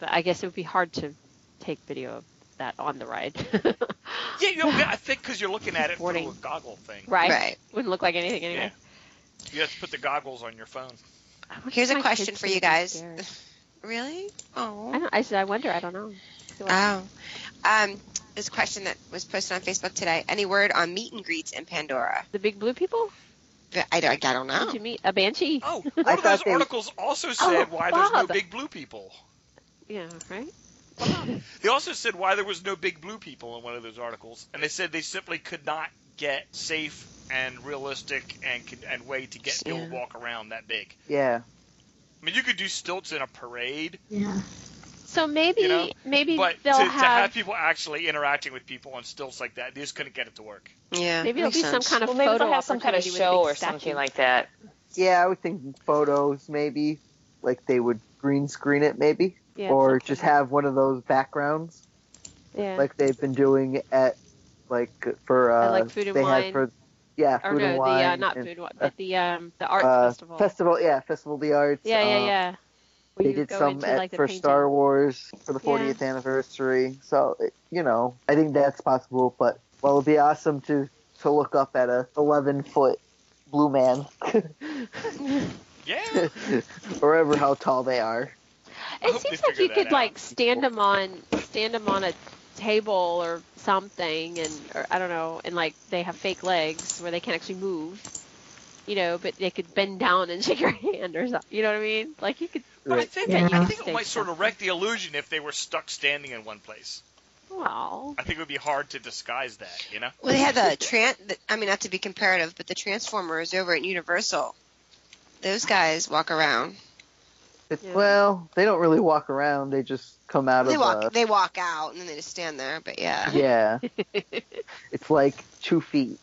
A: but I guess it would be hard to take video of that on the ride.
C: Yeah, you know, I think because you're looking at it through
A: Boarding.
C: a goggle thing.
A: right?
G: Right.
A: Wouldn't look like anything anyway.
C: Yeah. You have to put the goggles on your phone.
A: I wonder if
G: Here's a
A: my
G: question
A: kids
G: for
A: would
G: you
A: be
G: guys.
A: scared.
G: Really?
A: I,
G: Oh.
A: don't, I said I wonder. I don't know.
G: Oh. Um. This question that was posted on Facebook today. Any word on meet and greets in Pandora?
A: The big blue people?
G: But I don't. I don't know.
A: Did you meet a banshee?
C: Oh, one of those
D: thought they-
C: articles also said why there's
A: Bob.
C: no big blue people.
A: Yeah, right.
C: They also said why there was no big blue people in one of those articles, and they said they simply could not get safe and realistic and could- and way to get people
G: Yeah.
C: to walk around that big.
D: Yeah.
C: I mean, you could do stilts in a parade,
E: Yeah.
A: So maybe
C: You know,
A: maybe
C: but to
A: they'll
C: to
A: have,
C: have people actually interacting with people on stilts like that, they just couldn't get it to work.
G: Yeah.
A: maybe it'll
G: makes
A: be some
G: sense.
A: kind of
F: Well, maybe
A: photo
F: they'll have some kind of
A: opportunity with a
F: show
A: big
F: or
A: statue.
F: something like that.
D: Yeah. I would think photos maybe, like they would green screen it maybe,
A: yeah,
D: or
A: something.
D: just have one of those backgrounds
A: yeah.
D: like they've been doing at like for uh
A: At, like, Food and
D: they
A: Wine?
D: had for yeah
A: or
D: food
A: no,
D: and
A: the
D: wine
A: uh, not
D: and,
A: food one, but the um the arts
D: uh,
A: festival.
D: festival yeah festival of the arts
A: yeah, yeah,
D: uh,
A: yeah. Where
D: they
A: you
D: did
A: go
D: some
A: into,
D: at,
A: like, the
D: for
A: painting.
D: Star Wars for the 40th anniversary so it- you know I think that's possible but well it'd be awesome to to look up at a 11 foot blue man
C: Yeah,
D: or ever how tall they are
C: I
A: It seems
C: hope they
A: like
C: figure
A: you
C: that
A: could
C: out.
A: like stand them on stand them on a table or something, and or I don't know, and like they have fake legs where they can't actually move, you know, but they could bend down and shake your hand or something. You know what I mean? Like you could.
C: but I
D: Right.
C: think
E: Yeah.
C: I think it might sort of wreck the illusion if they were stuck standing in one place.
A: Wow.
C: I think it would be hard to disguise that, you know.
G: Well, they had the tran. The, I mean, not to be comparative, but the Transformers over at Universal. Those guys walk around
D: It's,
A: Yeah.
D: Well, they don't really walk around. They just come out
G: They
D: of.
G: walk.
D: uh,
G: They walk out and then they just stand there. But yeah.
D: yeah, it's like two feet.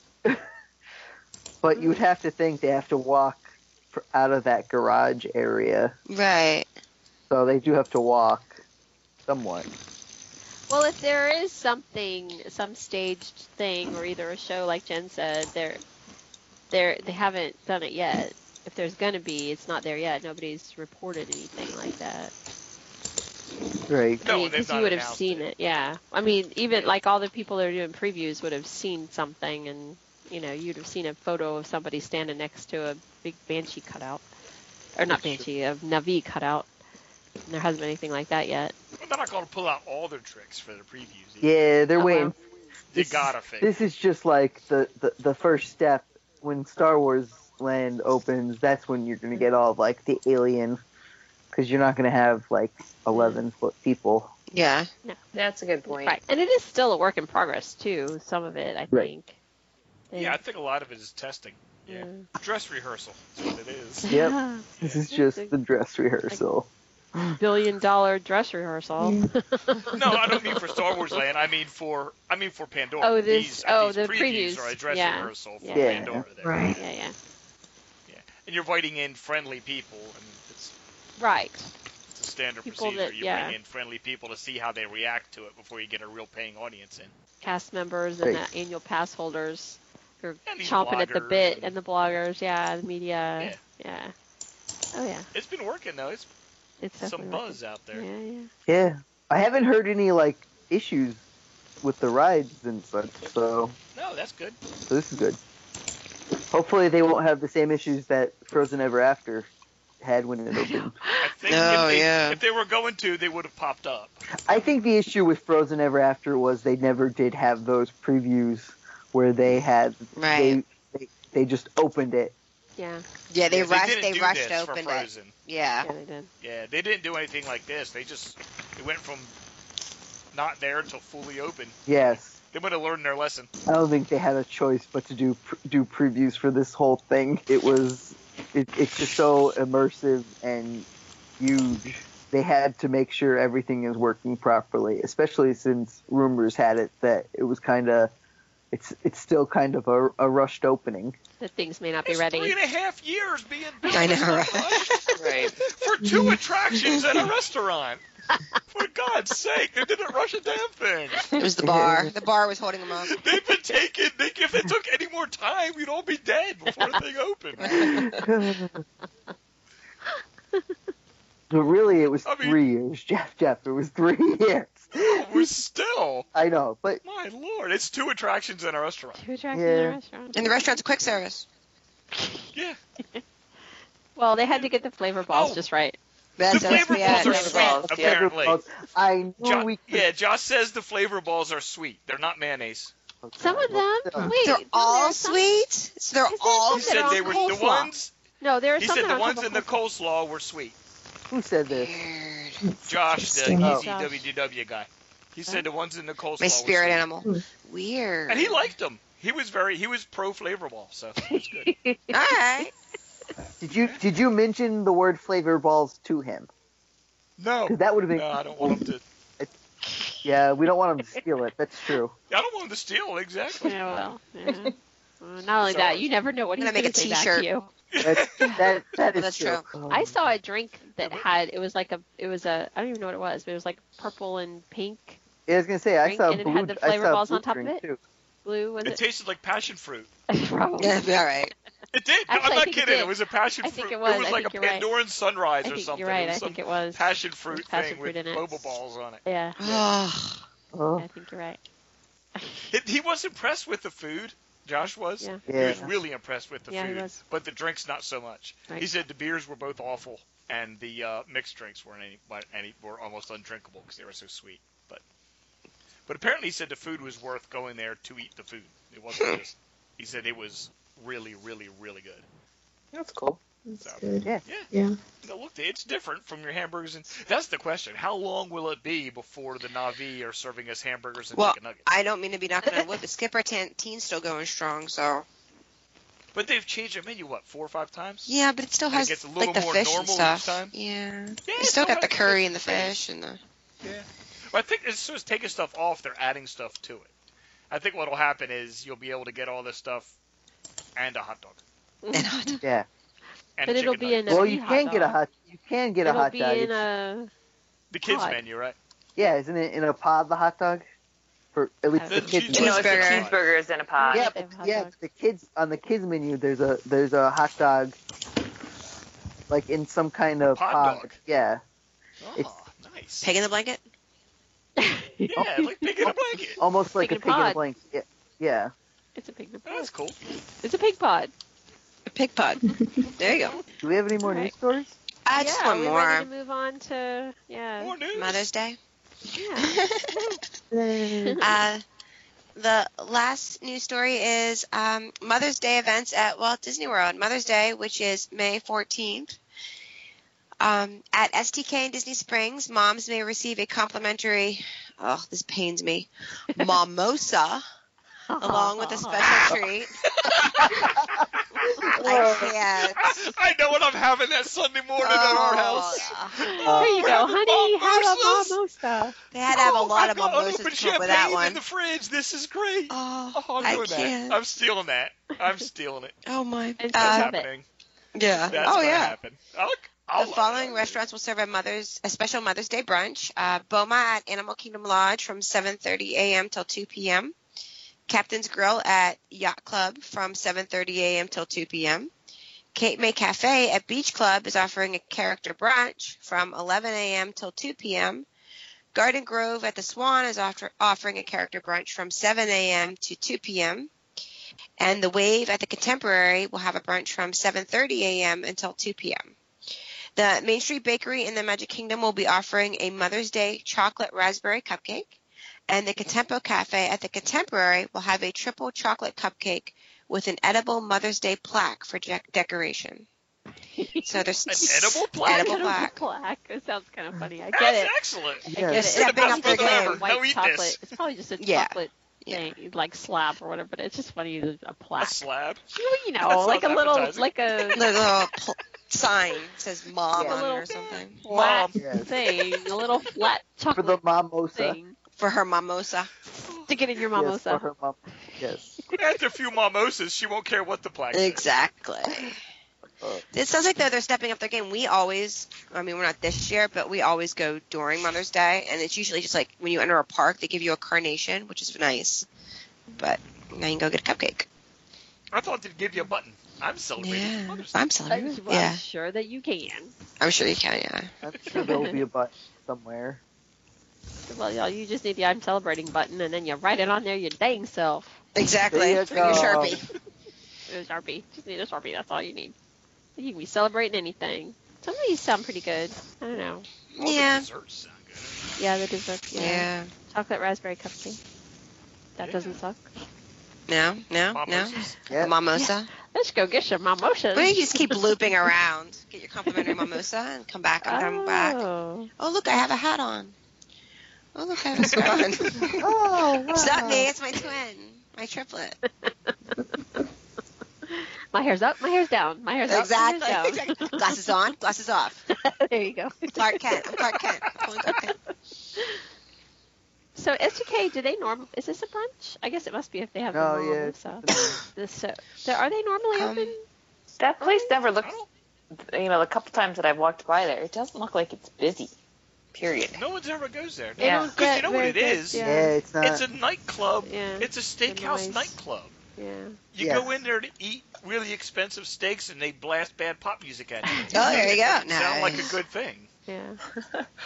D: but you would have to think they have to walk fr- out of that garage area,
G: Right.
D: so they do have to walk somewhat.
A: Well, if there is something, some staged thing, or either a show like Jen said, they're they're they haven't done it yet. If there's gonna be, it's not there yet. Nobody's reported anything like that.
D: Right.
A: I
C: No,
A: mean,
C: they've
A: 'cause you
C: not
A: would have
C: announced
A: seen it.
C: it.
A: Yeah. I mean, even like all the people that are doing previews would have seen something, and you know, you'd have seen a photo of somebody standing next to a big banshee cutout, or not banshee, a Navi cutout. And there hasn't been anything like that yet.
C: But they're not going to pull out all their tricks for their previews. either.
D: Yeah, they're
A: Oh, wow.
D: waiting.
C: You
D: This-
C: gotta fake.
D: This is just like the, the the first step when Star Wars Land opens. That's when you're gonna get all of, like the alien, because you're not gonna have like eleven foot people.
G: Yeah.
F: That's a good point.
A: Right. And it is still a work in progress too. Some of it, I
D: Right.
A: think.
C: Yeah, I think a lot of it is testing. Yeah. Dress rehearsal. That's what it is.
A: uh,
D: Yep. This is just the dress rehearsal.
A: Billion dollar dress rehearsal.
C: No, I don't mean for Star Wars Land. I mean for I mean for Pandora.
A: Oh, this-
C: These,
A: oh,
C: these
A: the previews.
C: are a dress
A: Yeah.
C: rehearsal for
A: Yeah.
C: Pandora. There.
A: yeah,
G: Right.
A: yeah.
C: And you're inviting in friendly people, and it's,
A: Right.
C: it's a standard
A: People
C: procedure.
A: that-
C: you
A: yeah.
C: bring in friendly people to see how they react to it before you get a real paying audience in.
A: Cast members and
D: Right.
A: the annual pass holders who are
C: And these
A: chomping at the
C: bloggers
A: bit,
C: and-
A: and the bloggers, yeah, the media, yeah. Oh yeah,
C: It's been working though. It's
A: it's
C: some
A: definitely
C: buzz out
A: Yeah,
C: there.
A: yeah.
D: Yeah, I haven't heard any like issues with the rides and such, so
C: No, that's good.
D: so this is good. Hopefully, they won't have the same issues that Frozen Ever After had when it opened.
C: I think
G: No,
C: if, they,
G: yeah.
C: if they were going to, they would have popped up.
D: I think the issue with Frozen Ever After was they never did have those previews where they had
G: Right.
D: they, they they just opened it.
A: Yeah,
G: yeah. They
C: Yeah,
G: rushed.
C: didn't
G: They
C: do
G: rushed
C: this
G: open
C: for
G: it.
C: Frozen.
G: Yeah.
A: yeah, they did.
C: Yeah, they didn't do anything like this. They just they went from not there until fully open.
D: Yes,
C: They would have learned their lesson.
D: I don't think they had a choice but to do pr- do previews for this whole thing. It was it, it's just so immersive and huge. They had to make sure everything is working properly, especially since rumors had it that it was kind of it's it's still kind of a, a rushed opening.
A: The things may not be
C: It's Three
A: ready.
C: and a half years being built
G: I know, right?
F: Right.
C: for two attractions and a restaurant. For God's sake, they didn't rush a damn thing.
G: It was the bar. The bar was holding them up.
C: They've been taking. They, if they took any more time, we'd all be dead before the thing opened.
D: but really, it was
C: I mean-
D: three years, Jeff. Jeff, it was three years.
C: We're still.
D: I know, but
C: My lord, it's two attractions and a restaurant.
A: Two attractions
D: Yeah.
A: in a restaurant.
G: And the restaurant's a quick service.
C: Yeah.
A: Well, they had to get the flavor balls
C: Oh.
A: just right.
G: That's
C: the
G: that's-
C: flavor
G: yeah,
C: balls are
G: that's
C: sweet,
G: right.
F: balls, yeah.
C: apparently.
D: I knew
C: Jo-
D: we could.
C: yeah, Josh says the flavor balls are sweet. They're not mayonnaise.
A: Some of them.
D: Well, uh,
A: Wait,
G: They're
A: no, there
G: all
A: are some-
G: sweet. So they're
A: Is there
G: all
C: He
A: something
C: said
A: on
C: they were the
A: coleslaw.
C: ones.
A: No, there are
C: He
A: some
C: said
A: that
C: the
A: are
C: ones
A: couple
C: in the
A: coleslaw.
C: coleslaw were sweet.
D: Who said this?
G: weird.
C: Josh, the E
D: Same.
C: easy
A: Josh.
C: WDW guy. He said the ones in the coleslaw.
G: My
C: were
G: spirit
C: sweet.
G: animal. Weird.
C: And he liked them. He was very. He was pro flavor ball, so it's good.
G: All right.
D: Did you did you mention the word flavor balls to him?
C: Oh, no.
D: 'Cause that would have been.
C: No, I don't want him to.
D: Yeah, we don't want him to steal it. That's true.
C: I don't want him to steal exactly.
A: Yeah, well, yeah. Well, not only
C: So-
A: that, you never know what
G: I'm
A: he's
G: gonna make
A: gonna
G: a
A: say back
G: t-shirt.
A: to you.
D: That's, that that is
G: That's
D: true. Um,
A: I saw a drink that had it was like a it was a I don't even know what it was, but it was like purple and pink,
D: Yeah, I was gonna say I
A: drink
D: saw
A: and it
D: blue.
A: had the
D: I
A: flavor
D: saw
A: balls
D: blue
A: on top of
D: drink,
A: it?
D: too.
A: blue was
C: It
A: it?
C: tasted like passion fruit.
A: Probably.
G: Yeah, all right.
C: It did.
A: Actually,
C: No,
A: I
C: I'm not
A: think it
C: kidding. It,
A: did.
C: was a passion
A: I
C: fruit.
A: think it was. I
C: like
A: think
C: a
A: you're right.
C: Pandoran
A: I
C: sunrise or
A: think
C: something.
A: you're right.
C: It was
A: I
C: some
A: think it was.
C: passion fruit
A: passion
C: thing
A: fruit
C: with
A: in it.
C: boba balls on it.
A: Yeah,
G: Oh,
D: Oh,
A: I think you're right.
C: It- he was impressed with the food. Josh was.
A: Yeah.
C: He
D: yeah.
C: was really impressed with the
A: Yeah, he
C: food,
A: was.
C: but the drinks not so much. He
A: Right.
C: said the beers were both awful, and the uh, mixed drinks weren't any, but any were almost undrinkable because they were so sweet. But but apparently he said the food was worth going there to eat the food. It wasn't just. He said it was really, really, really good.
F: That's
C: So-
F: cool.
E: That's good.
D: Yeah.
C: Yeah.
E: Yeah.
C: Now, look, it's different from your hamburgers, and that's the question. How long will it be before the Navi are serving us hamburgers and
G: Well,
C: chicken nuggets?
G: I don't mean to be knocking on wood, but Skipper Tanteen's still going strong, so
C: But they've changed their menu what four or five times.
G: Yeah, but it still
C: And it
G: has
C: gets a little
G: like the
C: more
G: fish and
C: normal each
G: stuff.
C: time.
G: Yeah,
C: Yeah,
G: it's still got the
C: sometimes
G: curry and the fish and the.
C: Well, I think as soon as taking stuff off, they're adding stuff to it. I think what'll happen is you'll be able to get all this stuff and a hot dog.
G: And hot dog.
D: Yeah.
C: And
A: But
C: a
A: it'll
C: chicken
A: be
C: nugget.
A: No,
D: well,
A: be
D: you
A: hot
D: can get a
A: dog.
D: hot. You can get a
A: It'll
D: hot
A: be
D: dog.
A: in
D: It's-
A: a
C: the kids
A: pod.
C: menu, right?
D: Yeah, isn't it in a pod? The hot dog, for at least
A: The
D: the kids.
G: cheeseburger.
F: No, it's
G: Cheeseburger.
F: the cheeseburgers in a pod.
A: They
D: Yeah, but,
A: have hot
D: yeah,
A: dogs.
D: but the kids on the kids menu. There's a there's a hot dog, like in some kind of
C: Pod
D: pod.
C: dog.
D: Yeah.
C: Oh, nice.
G: Pig in the blanket.
C: Yeah, like pig in a blanket.
D: Almost like
A: Pig
D: a
A: in
D: pig
A: a
D: in
A: pod.
D: a blanket. Yeah. yeah.
A: It's a pig in a pod.
C: That's cool.
A: It's a pig pod.
G: A pig pod. there you go.
D: Do we have any more
A: All right.
D: news stories?
G: I
A: yeah,
G: just
A: are
G: want
A: we
G: more.
A: ready to move on to yeah.
C: More news.
G: Mother's Day.
A: yeah.
G: uh, the last news story is um, Mother's Day events at Walt Disney World. Mother's Day, which is May 14th. Um, at STK in Disney Springs, moms may receive a complimentary, oh, this pains me, mimosa, Uh, along with a special treat. I can't. Oh,
C: I know what I'm having that Sunday morning at our house.
A: there you go,
C: Oh,
A: honey. Have a
C: mimosas?
A: mimosa.
G: They had to have a
C: Oh,
G: lot
C: I've
G: of
C: got
G: mimosas
C: unopened
G: to come up
C: champagne
G: with that one.
C: in the fridge. This is great.
G: Oh,
C: Oh, I'm
G: I
C: doing
G: can't.
C: that. I'm stealing that. I'm stealing it.
G: oh my.
A: And
C: That's
A: Love
G: Uh,
A: it.
C: happening.
G: yeah.
C: That's
G: oh
C: gonna
G: yeah.
C: happen. I'll, I'll
G: the
C: love
G: following
C: it.
G: restaurants will serve a mother's a special Mother's Day brunch: uh, Boma at Animal Kingdom Lodge from 7:30 a.m. till 2 p.m. Captain's Grill at Yacht Club from 7:30 a.m. till 2 p.m. Kate May Cafe at Beach Club is offering a character brunch from 11 a.m. till 2 p.m. Garden Grove at the Swan is offer, offering a character brunch from 7 a.m. to 2 p.m. And the Wave at the Contemporary will have a brunch from 7:30 a.m. until 2 p.m. The Main Street Bakery in the Magic Kingdom will be offering a Mother's Day chocolate raspberry cupcake, and the Contempo Cafe at the Contemporary will have a triple chocolate cupcake with an edible Mother's Day plaque for dec decoration. So there's
C: An edible plaque?
G: Edible plaque.
A: black. It sounds kind of funny. I
C: That's
A: get it.
C: excellent.
A: I get it.
D: Yes.
G: Stepping
A: probably
G: up their
A: just like a
G: game.
C: Now
A: White
C: eat
A: chocolate.
C: this.
A: It's probably just a
G: Yeah.
A: chocolate
G: Yeah.
A: thing, like slab or whatever. But it's just funny. that A
C: A
A: plaque.
C: slab.
A: you
C: That
A: know,
C: sounds
A: like a little,
C: appetizing.
A: like a
G: a little pl- sign that says "Mom"
D: Yeah.
G: on it
A: Little-
G: or something
A: flat
D: Yeah.
A: thing, a little flat
D: For the
A: chocolate
D: mimosa.
A: thing
G: for her mimosa.
A: to get in your
D: Yes, for
A: mimosa.
D: her mom. Yes.
C: After a few mimosas, she won't care what the plaque is.
G: Exactly.
D: Oh.
G: It sounds like though they're stepping up their game. We always, I mean, we're not this year, but we always go during Mother's Day, and it's usually just like when you enter a park, they give you a carnation, which is nice. But now you can go get a cupcake.
C: I thought they'd give you a button. I'm celebrating
G: Yeah,
C: Mother's Day.
G: I'm celebrating.
A: I'm
G: Yeah,
A: sure that you can.
G: I'm sure you can. Yeah.
D: I'm sure there will be a button somewhere.
A: Well, y'all, you just need the I'm celebrating button, and then you write it on there your dang self.
G: Exactly.
D: There you
G: Your Sharpie.
D: go.
A: A Sharpie. Just need a Sharpie. That's all you need. You can be celebrating anything. Some of these sound pretty good. I don't know.
C: All the
G: Yeah.
C: desserts sound good.
A: Yeah, the dessert. Yeah.
G: Yeah.
A: Chocolate raspberry cupcake. That
C: Yeah.
A: doesn't suck.
G: No. No. No.
C: Mimosas.
D: Yeah.
G: A mimosa.
A: Let's go get some mimosas.
G: We just keep looping around. Get your complimentary mimosa and come back and come back.
A: Oh.
G: Oh look, I have a hat on. Oh look, I have a scarf on.
D: Oh,
G: It's not
D: wow.
G: me. It's my twin. My triplet.
A: My hair's up, my hair's down. My hair's up, my hair's down.
G: Exactly. glasses on, glasses off.
A: there you go.
G: Clark Kent. I'm Clark Kent. I'm going Clark Kent.
A: So SDK, do they norm? Is this a brunch? I guess it must be if they have the
D: No, Oh, yeah,
A: mall.
D: it's
A: So,
D: just
A: this, so, so are they normally
G: Um,
A: open?
F: That place never
C: I
F: looks.
C: don't-
F: You know, the couple times that I've walked by there, it doesn't look like it's busy. Period.
C: No one's ever goes there.
A: They
F: Yeah.
A: don't
C: 'Cause you
A: get
C: know what
A: very
C: it
A: good-
C: is?
A: Yeah,
D: Yeah, it's not.
C: It's a nightclub.
A: Yeah.
C: It's a steakhouse
A: noise.
C: nightclub.
A: yeah.
C: You
D: Yeah.
C: go in there to eat really expensive steaks, and they blast bad pop music at you.
G: Oh, there you go.
C: Sound like a
G: Nice.
C: good thing.
A: yeah.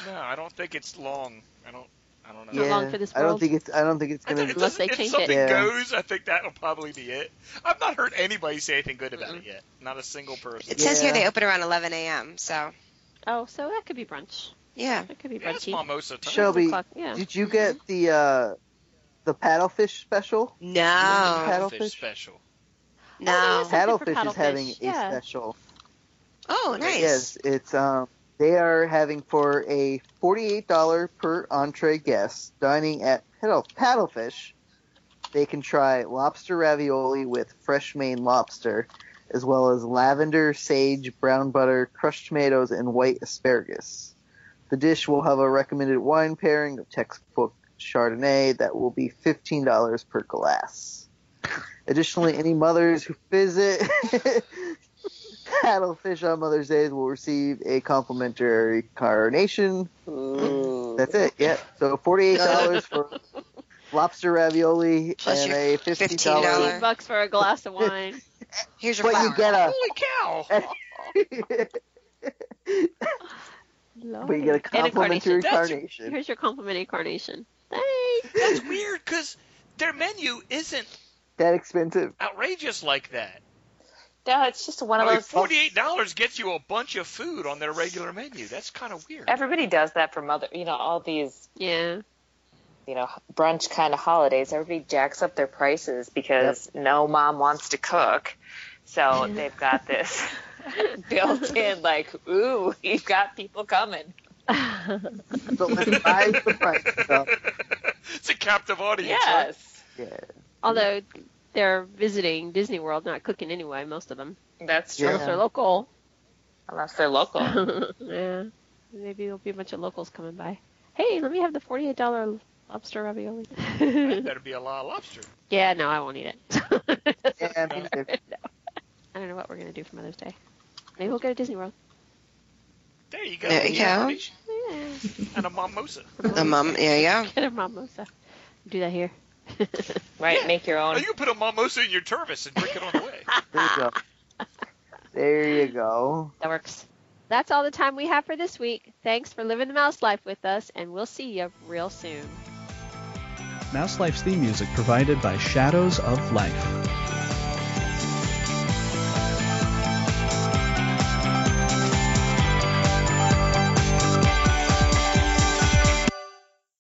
C: No, I don't think it's long. I don't. I don't know.
A: Not
D: yeah.
A: long for this
D: I don't
A: world.
D: think it's. I don't think it's
C: I
D: gonna.
C: think it
A: Unless
C: doesn't-
A: they
C: if
A: change it.
C: something
D: Yeah.
C: goes, I think that'll probably be it. I've not heard anybody say anything good about it yet. Not a single person.
G: It says here
D: Yeah.
G: they open around 11 a.m. So
A: Oh, so that could be brunch.
G: yeah.
A: That could be
C: Yeah, it's
A: brunchy.
C: mimosa time.
D: Shelby,
A: O'clock, yeah.
D: Did you get the uh, the paddlefish special?
G: No.
D: Paddlefish.
C: Paddlefish special.
A: Oh,
G: No.
A: there Something for
D: Paddlefish, is having
A: paddlefish, yeah.
D: a special.
G: Oh, nice.
D: Yes, it's um they are having for a forty eight dollar per entree guest dining at Paddle Paddlefish they can try lobster ravioli with fresh Maine lobster, as well as lavender, sage, brown butter, crushed tomatoes, and white asparagus. The dish will have a recommended wine pairing of textbook Chardonnay that will be $15 per glass. Additionally, any mothers who visit Paddlefish on Mother's Day will receive a complimentary carnation.
G: Mm.
D: That's it. Yeah. So $48 for lobster ravioli
G: Plus
D: and
G: your
D: a
G: $15
D: $15
A: Fifteen bucks for a glass of wine.
G: Here's your
D: but
G: flower.
D: you get
C: Holy cow!
D: a but you get a
A: And a carnation.
D: complimentary
C: That's-
D: carnation.
A: Here's your complimentary carnation. Thanks.
C: That's weird because their menu isn't
D: That expensive.
C: outrageous like that.
F: No, it's just one
C: I
F: of
C: mean,
F: those.
C: forty-eight dollars gets you a bunch of food on their regular menu. That's kind of weird.
F: Everybody does that for mother. You know, all these
A: Yeah.
F: you know brunch kind of holidays. Everybody jacks up their prices because no mom wants to cook, so they've got this built in. Like, ooh, you've got people coming.
D: So let's buy the price stuff.
C: it's a captive audience. right?
F: Yes,
D: Yeah.
A: Although they're visiting Disney World, not cooking anyway, most of them.
F: that's true.
A: Unless they're local.
F: Unless they're local.
A: yeah. Maybe there'll be a bunch of locals coming by. Hey, let me have the $48 lobster ravioli.
C: That better be a lot of lobster.
A: yeah, no, I won't eat it.
D: Yeah, me neither.
A: I don't know what we're going to do for Mother's Day. Maybe we'll go to Disney World.
C: There you go.
G: There you
C: Yeah.
G: go.
A: Yeah.
C: And a mimosa.
G: The
D: Um,
G: mom, yeah, yeah.
A: Get a mimosa. Do that here.
F: Right, make your
C: Oh,
F: own.
C: you can put a mimosa in your turvis and drink it on the way.
D: There you go. There you go.
A: That works. That's all the time we have for this week. Thanks for living the mouse life with us, and we'll see you real soon.
E: Mouse Life's theme music provided by Shadows of Life.